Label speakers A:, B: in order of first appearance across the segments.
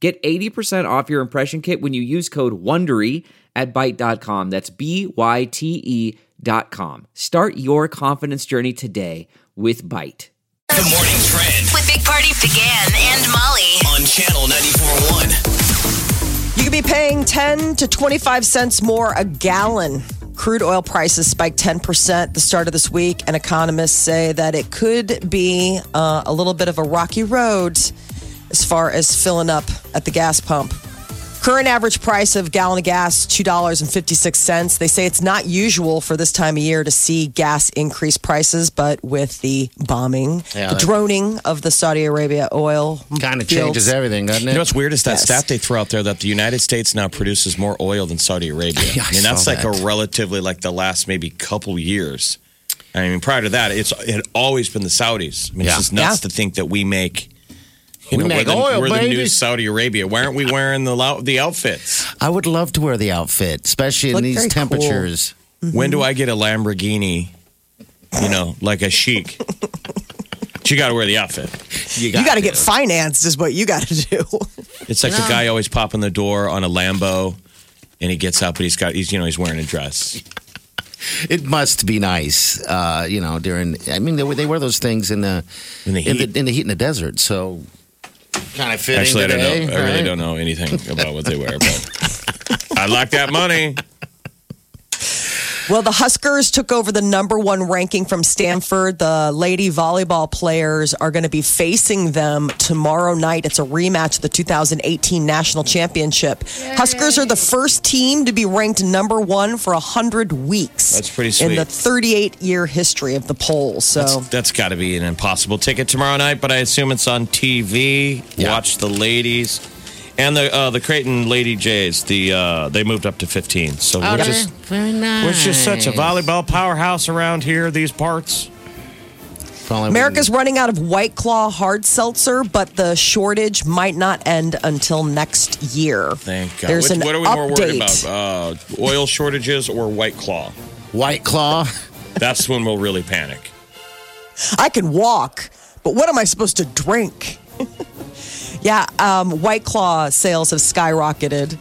A: Get 80% off your impression kit when you use code WONDERY at Byte.com. That's b y t e dot com. Start your confidence journey today with Byte.
B: The morning trend
C: with Big Party began and Molly.
B: on channel 94.1.
D: You could be paying 10 to 25 cents more a gallon. Crude oil prices spiked 10% at the start of this week, and economists say that it could be uh, a little bit of a rocky road as far as filling up at the gas pump. Current average price of gallon of gas $2.56. They say it's not usual for this time of year to see gas increase prices, but with the bombing,
E: Yeah,
D: the
E: that-
D: droning of the Saudi Arabia oil
E: Kind of
D: fields.
E: changes everything, doesn't it?
F: You know what's weird is that
D: Yes.
F: stat they throw out there that the United States now produces more oil than Saudi Arabia.
E: Yeah, I
F: mean, that's
E: saw
F: like
E: that.
F: a relatively like the last maybe couple years. I mean, prior to that, it's it had always been the Saudis. I mean,
E: Yeah.
F: it's just nuts
D: Yeah.
F: to think that we make. You
E: We
F: know,
E: make
F: we're the,
E: oil,
F: we're the new
E: baby.
F: Saudi Arabia. Why aren't we wearing the lou- the outfits?
E: I would love to wear the outfit, especially in
D: Look
E: these
D: very cool.
E: temperatures.
F: When do I get a Lamborghini? You know, like a chic. But you got to wear the outfit.
D: You got to get financed, is what you got to do.
F: It's like the
E: Yeah.
F: guy always popping the door on a Lambo, and he gets up, but he's got he's you know he's wearing a dress.
E: It must be nice, uh, you know. During, I mean, they, they wear those things in the
F: In the
E: in
F: heat.
E: the, in the heat in the desert. So, kind of fitting.
F: Actually, I don't
E: today,
F: know. I really
E: right?
F: don't know anything about what they wear, but I like that money.
D: Well, the Huskers took over the number one ranking from Stanford. The lady volleyball players are going to be facing them tomorrow night. It's a rematch of the 2018 national championship. Huskers are the first team to be ranked number one for 100 weeks.
F: That's pretty
D: In the
F: sweet.
D: 38 year history of the polls. So.
F: That's, that's got to be an impossible ticket tomorrow night, but I assume it's on TV.
E: Yeah.
F: Watch the ladies and the uh, the Creighton Lady Jays. The uh, they moved up to 15,
E: Oh,
F: so we're
E: that's
F: just
E: very nice.
F: we're just such a volleyball powerhouse around here. These parts.
E: Probably
F: mm.
D: America's running out of White Claw hard seltzer, but the shortage might not end until next year.
F: Thank God.
D: There's
F: Which-
D: an
F: what are we
D: update.
F: more worried about? Uh, oil shortages or White Claw?
E: White Claw.
F: That's when we'll really panic.
D: I can walk, but what am I supposed to drink? yeah, um, White Claw sales have skyrocketed.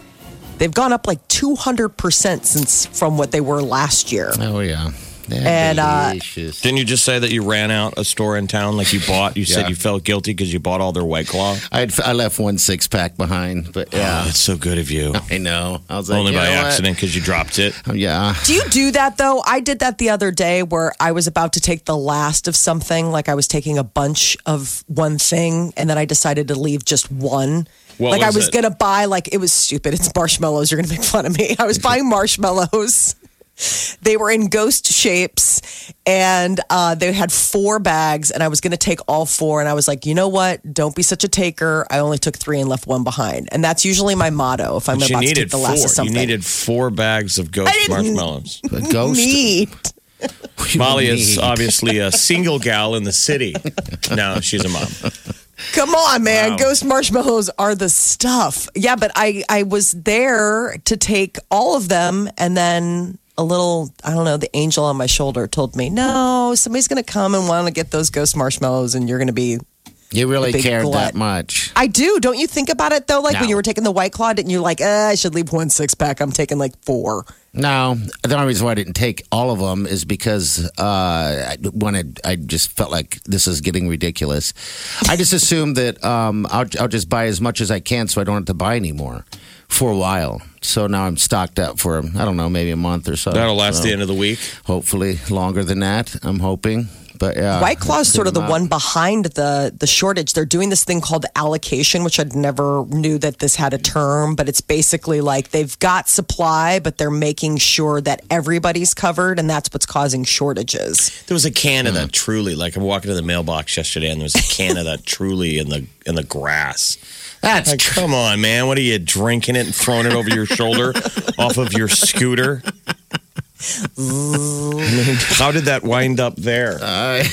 D: They've gone up like 200% since from what they were last year.
E: Oh yeah, They're
D: And, uh,
E: delicious.
F: Didn't you just say that you ran out a store in town? Like you bought, you said
E: Yeah.
F: you felt guilty because you bought all their White Claw.
E: I had, I left one six pack behind, but yeah,
F: Oh, that's so good of you.
E: I know. I was like,
F: Only
E: you
F: by
E: know what?
F: accident because you dropped it.
E: Um, Yeah,
D: Do you do that though? I did that the other day where I was about to take the last of something, like I was taking a bunch of one thing, and then I decided to leave just one.
F: What
D: like I was
F: was it?
D: gonna buy like it was stupid. It's marshmallows. You're gonna make fun of me. I was buying marshmallows. They were in ghost shapes, and uh, they had four bags, and I was gonna take all four. And I was like, you know what? Don't be such a taker. I only took three and left one behind, and that's usually my motto if I'm
F: But you
D: about to take
F: needed
D: the last of
F: four. You
D: something.
F: needed four bags of ghost
D: didn't-
F: marshmallows.
E: a ghost.
D: Need.
F: Molly is uh,
E: need.
F: obviously a single gal in the city. Now she's a mom.
D: Come on, man.
F: Wow.
D: Ghost marshmallows are the stuff. Yeah, but I I was there to take all of them and then a little, I don't know, the angel on my shoulder told me, "No, somebody's going to come and want to get those ghost marshmallows and you're going to be
E: You really
D: The big
E: cared
D: glut.
E: that much.
D: I do. Don't you think about it though? Like when
E: No.
D: you were taking the white claw, didn't you like, eh, I should leave one six pack. I'm taking like four.
E: No, the only reason why I didn't take all of them is because uh, I wanted. I just felt like this is getting ridiculous. I just assumed that um, I'll, I'll just buy as much as I can, so I don't have to buy anymore for a while. So now I'm stocked up for I don't know, maybe a month or so.
F: That'll last
E: So
F: the end of the week.
E: Hopefully longer than that. I'm hoping, but yeah,
D: White Claw is sort of the
E: Figure 'em
D: one behind the the shortage. They're doing this thing called allocation, which I'd never knew that this had a term, but it's basically like they've got supply, but they're making sure that everybody's covered, and that's what's causing shortages.
F: There was a can of that truly. Like I'm walking to the mailbox yesterday, and there was a can of that truly in the in the grass.
E: That's
F: Like, come on, man. What are you drinking it and throwing it over your shoulder off of your scooter? I mean, how did that wind up there?
E: Uh,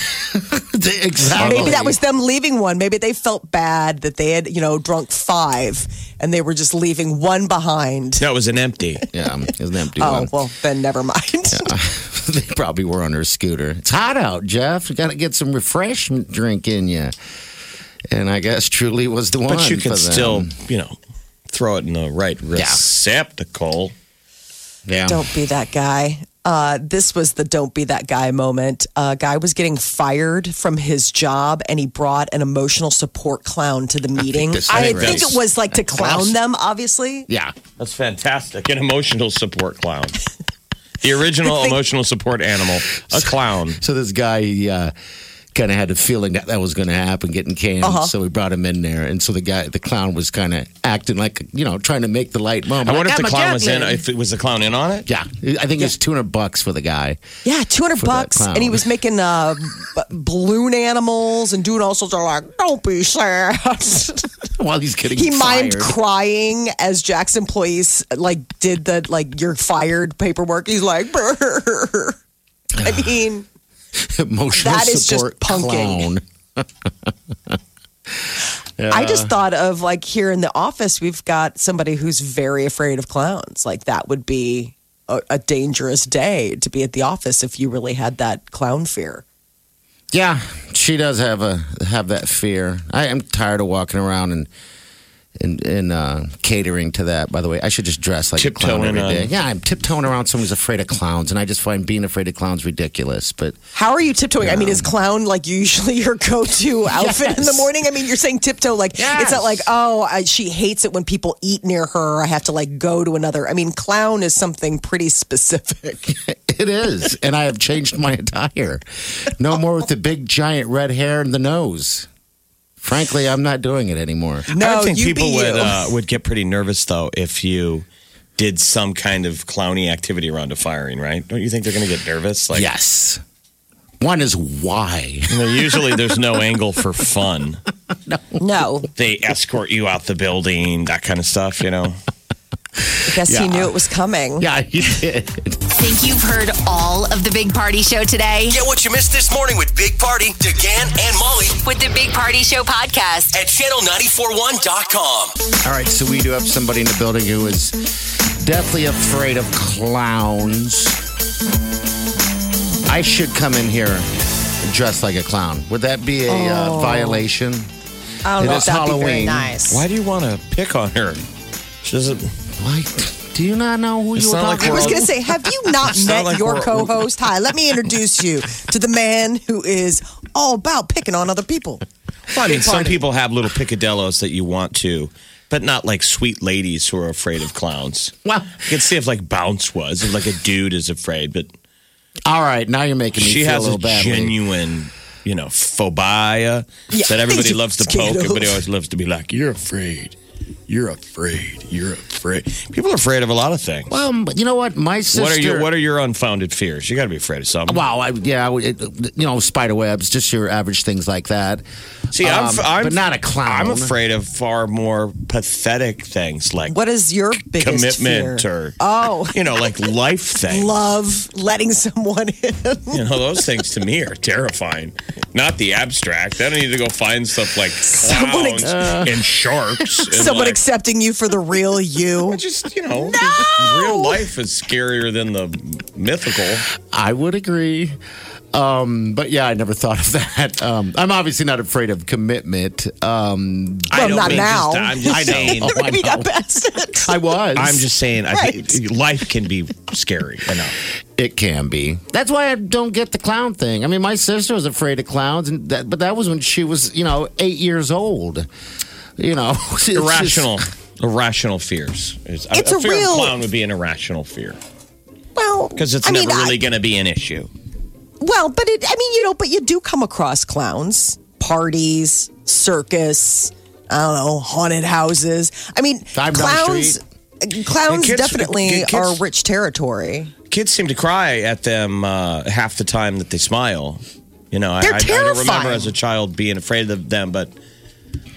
E: exactly.
D: Maybe that was them leaving one. Maybe they felt bad that they had, you know, drunk five and they were just leaving one behind.
F: that was an empty.
E: Yeah, it was an empty one.
D: Oh, well, then never mind.
E: they probably were on her scooter. It's hot out, Jeff. You got to get some refreshment drink in you. And I guess truly was the one.
F: But you
E: for
F: can
E: them.
F: still, you know, throw it in the right receptacle.
E: yeah.
D: Don't be that guy. Uh, this was the don't be that guy moment. A guy was getting fired from his job and he brought an emotional support clown to the meeting.
E: this- I
D: I
E: think
D: think
F: that's-
D: it was like to clown
E: awesome.
D: them, obviously.
E: Yeah.
F: That's fantastic. An emotional support clown. The original emotional support animal, a clown.
E: So this guy he, uh, kind of had a feeling that that was going to happen, getting canned.
D: Uh-huh.
E: So we brought him in there, and so the guy, the clown, was kind of acting like you know, trying to make the light moment.
F: I wonder
E: Like,
F: if the
E: "I'm a
F: clown was in.
E: Catholic."
F: If it was the clown in on it,
E: Yeah, I think it's two hundred bucks for the guy.
D: Yeah, 200
E: For that
D: bucks.
E: clown.
D: And he was making uh, b- balloon animals and doing all sorts of like, don't be sad.
E: While he's getting
D: he
E: fired.
D: mimed crying as Jack's employees like did the like you're fired paperwork. He's like, "Brr." I mean,
E: emotional
D: That is just
E: support
D: punking.
E: clown.
D: I just thought of like here in the office, we've got somebody who's very afraid of clowns. Like that would be a, a dangerous day to be at the office if you really had that clown fear.
E: Yeah, she does have a have that fear. I am tired of walking around and and, and uh, catering to that. By the way, I should just dress like a clown
F: Tiptoeing
E: every
F: on.
E: day. Yeah, I'm tiptoeing around someone who's afraid of clowns, and I just find being afraid of clowns ridiculous. But
D: How are you tiptoeing? I mean, is clown like usually your go-to outfit in the
E: Yes.
D: morning? I mean, you're saying tiptoe like it's not
E: Yes.
D: like oh I, she hates it when people eat near her. I have to like go to another. I mean, clown is something pretty specific.
E: it is, and I have changed my attire. No more with the big giant red hair and the nose. Frankly, I'm not doing it anymore.
D: No,
F: I think
D: Oh, you
F: people
D: be
F: would
D: you.
F: Uh, would get pretty nervous though if you did some kind of clowny activity around a firing, right? Don't you think they're going to get nervous? Like,
E: Yes. One is why.
F: you know, usually there's no angle for fun.
D: no,
F: They escort you out the building, that kind of stuff. You know,
D: I guess he
E: Yeah.
D: knew it was coming.
E: Yeah, you did.
C: Think you've heard all of the Big Party Show today?
B: Get what you missed this morning with Big Party, DeGan, and Molly
C: With the Big Party Show podcast.
B: at channel941.com.
E: All right, so we do have somebody in the building who is deathly afraid of clowns. I should come in here dressed like a clown. Would that be a uh, violation?
D: Oh. I don't
E: It
D: know
E: is
D: if that'd be very
E: Halloween.
D: nice.
F: why do you want to pick on her? She doesn't.
E: What? Do you not know who
F: It's
E: you were
F: not like
E: talking
D: I
E: about?
D: was going to say, have you not
F: It's
D: met
F: not like
D: your
F: we're-
D: co host? Hi, let me introduce you to the man who is all about picking on other people.
F: Well, I mean, some people have little picadillos that you want to, but not like sweet ladies who are afraid of clowns.
E: Well,
F: You could see if like Bounce was, if like a dude is afraid, but
E: all right, now you're making me
F: she
E: feel a
F: has a
E: little bad.
F: genuine, you know, phobia
D: Yeah,
F: that everybody
D: she's
F: loves to
D: scared
F: poke.
D: of.
F: Everybody always loves to be like, "You're afraid, you're afraid, you're afraid." People are afraid of a lot of things.
E: well, Um, but you know what? My sister.
F: what are your What are your unfounded fears? You got to be afraid of something.
E: Wow, I, yeah, I would- it, you know, spider webs, just your average things like that.
F: See, I'm, f
E: Um,
F: am
E: but not a clown.
F: I'm afraid of far more pathetic things like
D: What is your biggest
F: commitment
D: fear?
F: or
D: Oh.
F: you know, like life things.
D: Love letting someone in.
F: You know, those things to me are terrifying. Not the abstract. I don't need to go find stuff like
D: Someone
F: clowns and sharks. and
D: Someone
F: like-
D: accepting you for the real you.
F: Well, just you know, just real life is scarier than the mythical.
E: I would agree. Um, but yeah, I never thought of that. Um, I'm obviously not afraid of commitment. Um,
F: I
D: Well,
F: don't
D: not
F: mean
D: now.
F: Just, I'm just
E: I know.
F: saying.
E: Oh, I
D: Maybe
E: know.
D: not past it.
E: I was.
F: I'm just saying. I
D: Right.
F: think life can be scary enough.
E: It can be. That's why I don't get the clown thing. I mean, my sister was afraid of clowns, and that, but that was when she was, you know, eight years old. You know, it's just-
F: Irrational, irrational fears. It's,
D: It's
F: a,
D: a
F: fear of
D: real-
F: clown would be an irrational fear
D: Well,
F: because it's
D: I
F: never
D: mean,
F: really
D: I-
F: going to be an issue.
D: Well, but it, I mean, you know, but you do come across clowns, parties, circus, I don't know, haunted houses. I mean,
E: Five Dollar
D: clowns. Clowns
F: And kids-
D: definitely
F: kids-
D: are rich territory.
F: Kids seem to cry at them uh, half the time that they smile. You know, I,
D: They're
F: I, I don't remember
D: terrifying.
F: as a child being afraid of them, but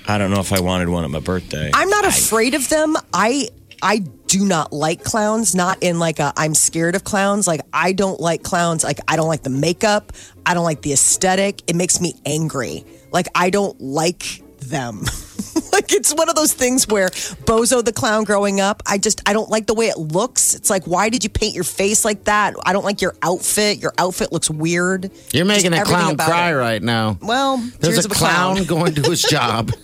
F: I don't know if I wanted one at my birthday.
D: I'm not afraid of them. I I do not like clowns. Not in like a I'm scared of clowns. Like I don't like clowns. Like I don't like the makeup. I don't like the aesthetic. It makes me angry. Like I don't like them. like it's one of those things where Bozo the clown growing up, I just I don't like the way it looks. It's like why did you paint your face like that? I don't like your outfit. Your outfit looks weird.
E: You're
D: Just
E: making a
D: everything
E: clown
D: about
E: cry
D: it.
E: right now.
D: Well,
E: There's
D: tears
E: a
D: of
E: clown going to his job.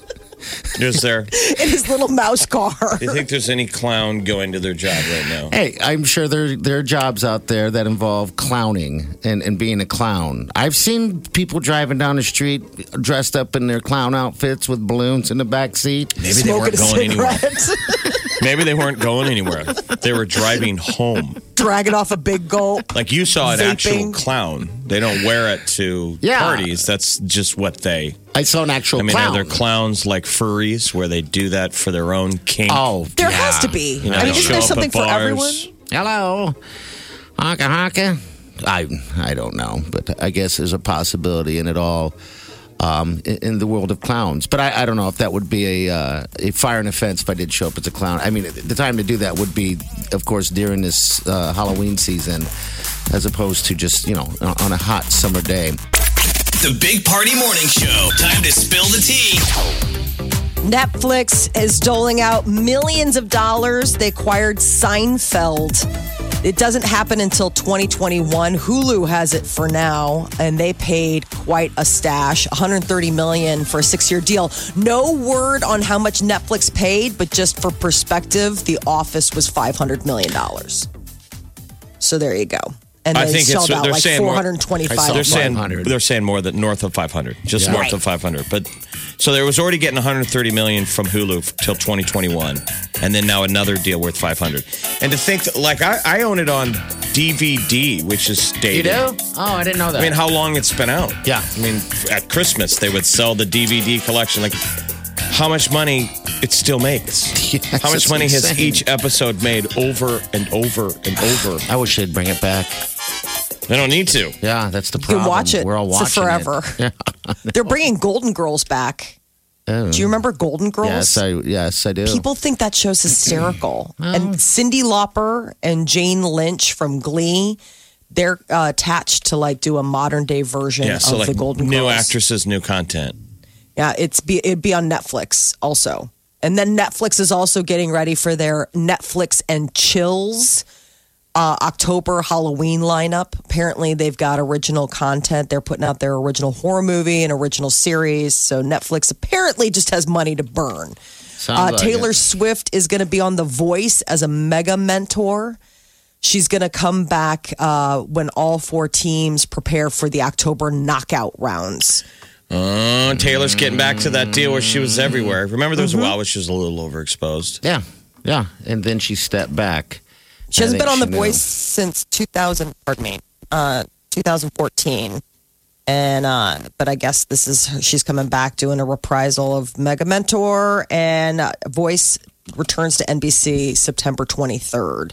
F: Is there?
D: in his little mouse car.
F: Do you think there's any clown going to their job right now?
E: Hey, I'm sure there there are jobs out there that involve clowning and, and being a clown. I've seen people driving down the street dressed up in their clown outfits with balloons in the back seat.
F: Maybe they weren't going
D: Smoking a
F: anywhere.
D: cigarette.
F: Maybe they weren't going anywhere. They were driving home.
D: dragging off a big gulp.
F: Like you saw an actual
D: Vaping.
F: clown. They don't wear it to
E: Yeah.
F: parties. That's just what they.
E: I saw an actual
D: Oh,
F: I mean,
E: clown.
F: are there clowns like furries where they do that for their own kink?
E: oh,
D: There
E: yeah.
D: has to be.
F: You know,
D: I
F: they
D: mean, isn't
F: show
D: there
F: up at
D: something for
F: bars.
D: everyone?
E: Hello, honka honka. I I don't know, but I guess there's a possibility in it all. Um, in, in the world of clowns, but I, I don't know if that would be a uh, a fire and offense if I did show up as a clown. I mean, the time to do that would be, of course, during this uh, Halloween season, as opposed to just you know on on a hot summer day.
B: The Big Party Morning Show. Time to spill the tea.
D: Netflix is doling out millions of dollars. They acquired Seinfeld. It doesn't happen until 2021. Hulu has it for now, and they paid quite a stash, 130 million for a six-year deal. No word on how much Netflix paid, but just for perspective, The Office was 500 million dollars. So there you go. And
F: I
D: they
F: think it's
D: sold out
F: they're
D: like
F: saying more-
E: I
D: 425.
E: saw
F: They're saying
E: 500.
F: they're saying more than north of 500, just north of 500. But so there was already getting 130 million from Hulu f- till 2021, and then now another deal worth 500. And to think, that, like I, I own it on DVD, which is dated.
E: Oh, I didn't know that.
F: I mean, how long it's been out?
E: Yeah.
F: I mean, at Christmas they would sell the DVD collection. Like, how much money it still makes?
E: Yes,
F: how much
E: it's
F: money has
E: insane.
F: each episode made over and over and over?
E: I wish they'd bring it back.
F: They don't need to.
E: Yeah, that's the
D: can
E: problem.
D: watch it.
E: We're all
D: It's a
E: watching
D: forever.
E: It.
D: They're bringing Golden Girls back. Do you remember Golden Girls?
E: Oh. Yes, I yes I do.
D: People think that show's hysterical. And Cindy Lauper and Jane Lynch from Glee, they're uh, attached to like do a modern day version
F: Yeah.
D: of
F: So like
D: the Golden
F: new
D: Girls.
F: actresses, new content.
D: Yeah, it's be it'd be on Netflix also. And then Netflix is also getting ready for their Netflix and Chills uh, October Halloween lineup. Apparently, they've got original content. They're putting out their original horror movie and original series. So Netflix apparently just has money to burn. Uh,
E: Sounds like
D: Taylor
E: it.
D: Swift is going to be on The Voice as a mega mentor. She's going to come back uh, when all four teams prepare for the October knockout rounds.
F: Oh, Taylor's getting back to that deal where she was everywhere. Remember, there was
D: Mm-hmm.
F: a while where she was a little overexposed.
E: Yeah, yeah, and then she stepped back.
D: She
E: I
D: hasn't
E: think
D: been on The
E: she knew.
D: Voice since 2000. Pardon me, uh, 2014. And uh, but I guess this is she's coming back doing a reprisal of Mega Mentor and uh, Voice returns to NBC September 23rd.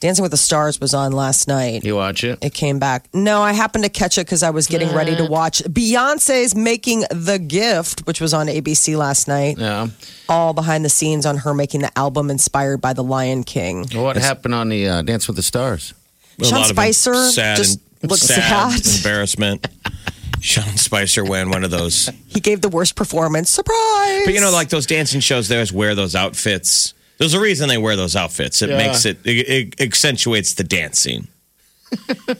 D: Dancing with the Stars was on last night.
E: You watch it.
D: It came back. No, I happened to catch it because I was getting ready to watch Beyonce's Making the Gift, which was on ABC last night.
E: Yeah.
D: All behind the scenes on her making the album inspired by The Lion King.
E: What happened on the uh, Dance with the Stars?
F: A
D: Sean
F: lot of
D: Spicer
F: sad
D: just
F: and
D: looks
F: sad,
D: sad.
F: embarrassment. Sean Spicer wearing one of those.
D: He gave the worst performance. Surprise!
F: But you know, like those dancing shows, they always wear those outfits. There's a reason they wear those outfits. It
E: Yeah.
F: makes it, it, it accentuates the dancing.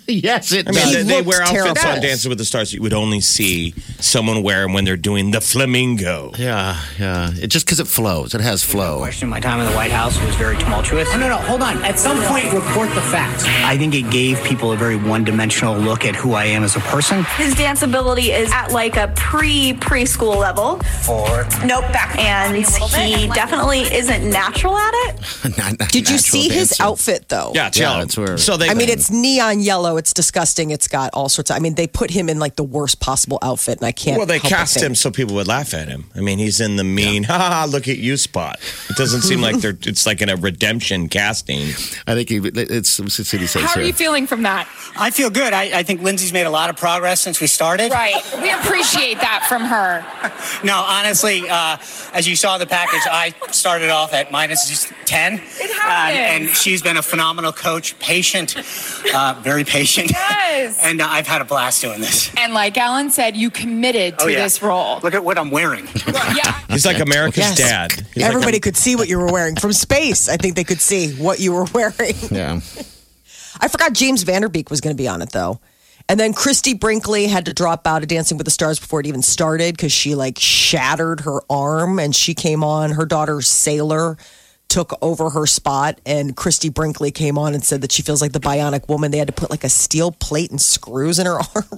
E: yes, it
F: I mean,
D: He
F: they,
E: does.
F: they
D: looked
F: wear outfits
D: terrible.
F: on Dancing with the Stars that you would only see someone wear 'em when they're doing the flamingo.
E: yeah, yeah. It just because it flows, it has flow.
G: question. My time in the White House was very tumultuous. Oh. no, no, hold on. At some point, report the facts. I think it gave people a very one-dimensional look at who I am as a person.
H: His dance ability is at like a pre preschool level.
G: Or
H: Nope, back. And he definitely isn't natural at it.
E: Not- not
D: Did you
E: natural
D: see his
E: dancing.
D: outfit though?
F: Yeah, it's
E: Yeah,
F: yellow.
E: that's where-
F: So they.
D: I mean, it's knee neon yellow. It's disgusting. It's got all sorts of. I mean, they put him in like the worst possible outfit, and I can't.
F: Well, they
D: help but
F: cast
D: think.
F: him so people would laugh at him. I mean, he's in the mean, ha ha, look at you spot. It doesn't seem like they're, it's like in a redemption casting.
E: I think he, it's, it's it's- he says
I: How are
E: here.
I: you feeling from that?
G: I feel good. I, I think Lindsay's made a lot of progress since we started.
I: Right. We appreciate that from her.
G: No, honestly, uh, as you saw the package, I started off at minus just 10.
I: It happens.
G: And, and she's been a phenomenal coach, patient, uh, very patient.
I: Yes.
G: and uh, I've had a blast doing this.
I: And like Alan said, you committed to
G: Oh, yeah.
I: this role.
G: Look at what I'm wearing.
I: Yeah.
F: He's like
D: Yes.
F: America's dad. He's like
D: Everybody
F: a-
D: could see what you were wearing from space. I think they could see what you were wearing.
E: Yeah.
D: I forgot James Vanderbeek was going to be on it though. And then Christy Brinkley had to drop out of Dancing with the Stars before it even started because she like shattered her arm and she came on. Her daughter Sailor took over her spot, and Christy Brinkley came on and said that she feels like the bionic woman. They had to put like a steel plate and screws in her arm.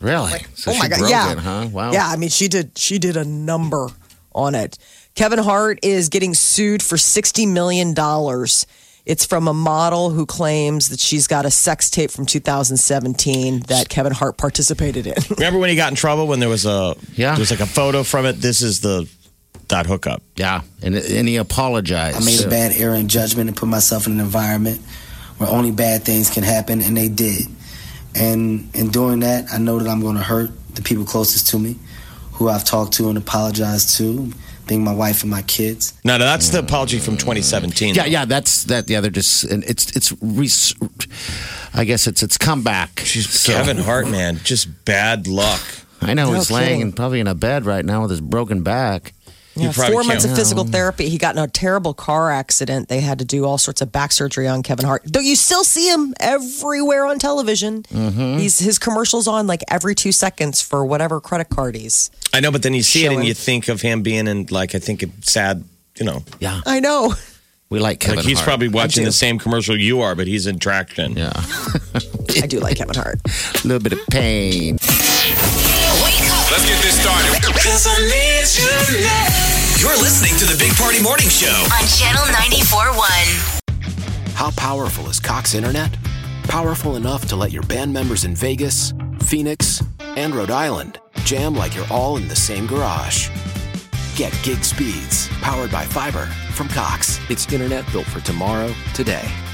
E: Really? so she broke
D: yeah,
E: it, huh? Wow.
D: Yeah, I mean, she did. She did a number on it. Kevin Hart is getting sued for sixty million dollars. It's from a model who claims that she's got a sex tape from 2017 that Kevin Hart participated in.
F: Remember when he got in trouble when there was a,
E: Yeah.
F: there was like a photo from it? This is the, that hookup.
E: Yeah. And, and he apologized.
J: I made a bad error in judgment and put myself in an environment where only bad things can happen, and they did. And in doing that, I know that I'm going to hurt the people closest to me, who I've talked to and apologized to, being my wife and my kids.
F: No, no, that's the apology from 2017.
E: Yeah, yeah, that's that. Yeah, they're just, and it's, it's, res- I guess it's, it's comeback.
F: She's
E: So-
F: Kevin Hart, man. Just bad luck.
E: I know he's laying
D: kidding.
E: in, probably in a bed right now with his broken back.
F: You probably
D: Four
F: can't-
D: months of physical therapy. He got in a terrible car accident. They had to do all sorts of back surgery on Kevin Hart. Though you still see him everywhere on television. He's his commercials on like every two seconds for whatever credit card he's.
F: I know, but then you see it and
D: Showing.
F: you think of him being in like I think a sad, you know,
E: Yeah,
D: I know.
E: we like Kevin.
F: like he's
E: Hart.
F: probably watching
D: do.
F: the same commercial you are, but he's in traction.
E: yeah,
D: I do like Kevin Hart.
E: a little bit of pain.
B: Let's get this started. You're listening to the Big Party Morning Show.
C: on Channel 94.1.
K: How powerful is Cox Internet? Powerful enough to let your band members in Vegas, Phoenix, and Rhode Island jam like you're all in the same garage. Get gig speeds powered by fiber from Cox. It's internet built for tomorrow, today.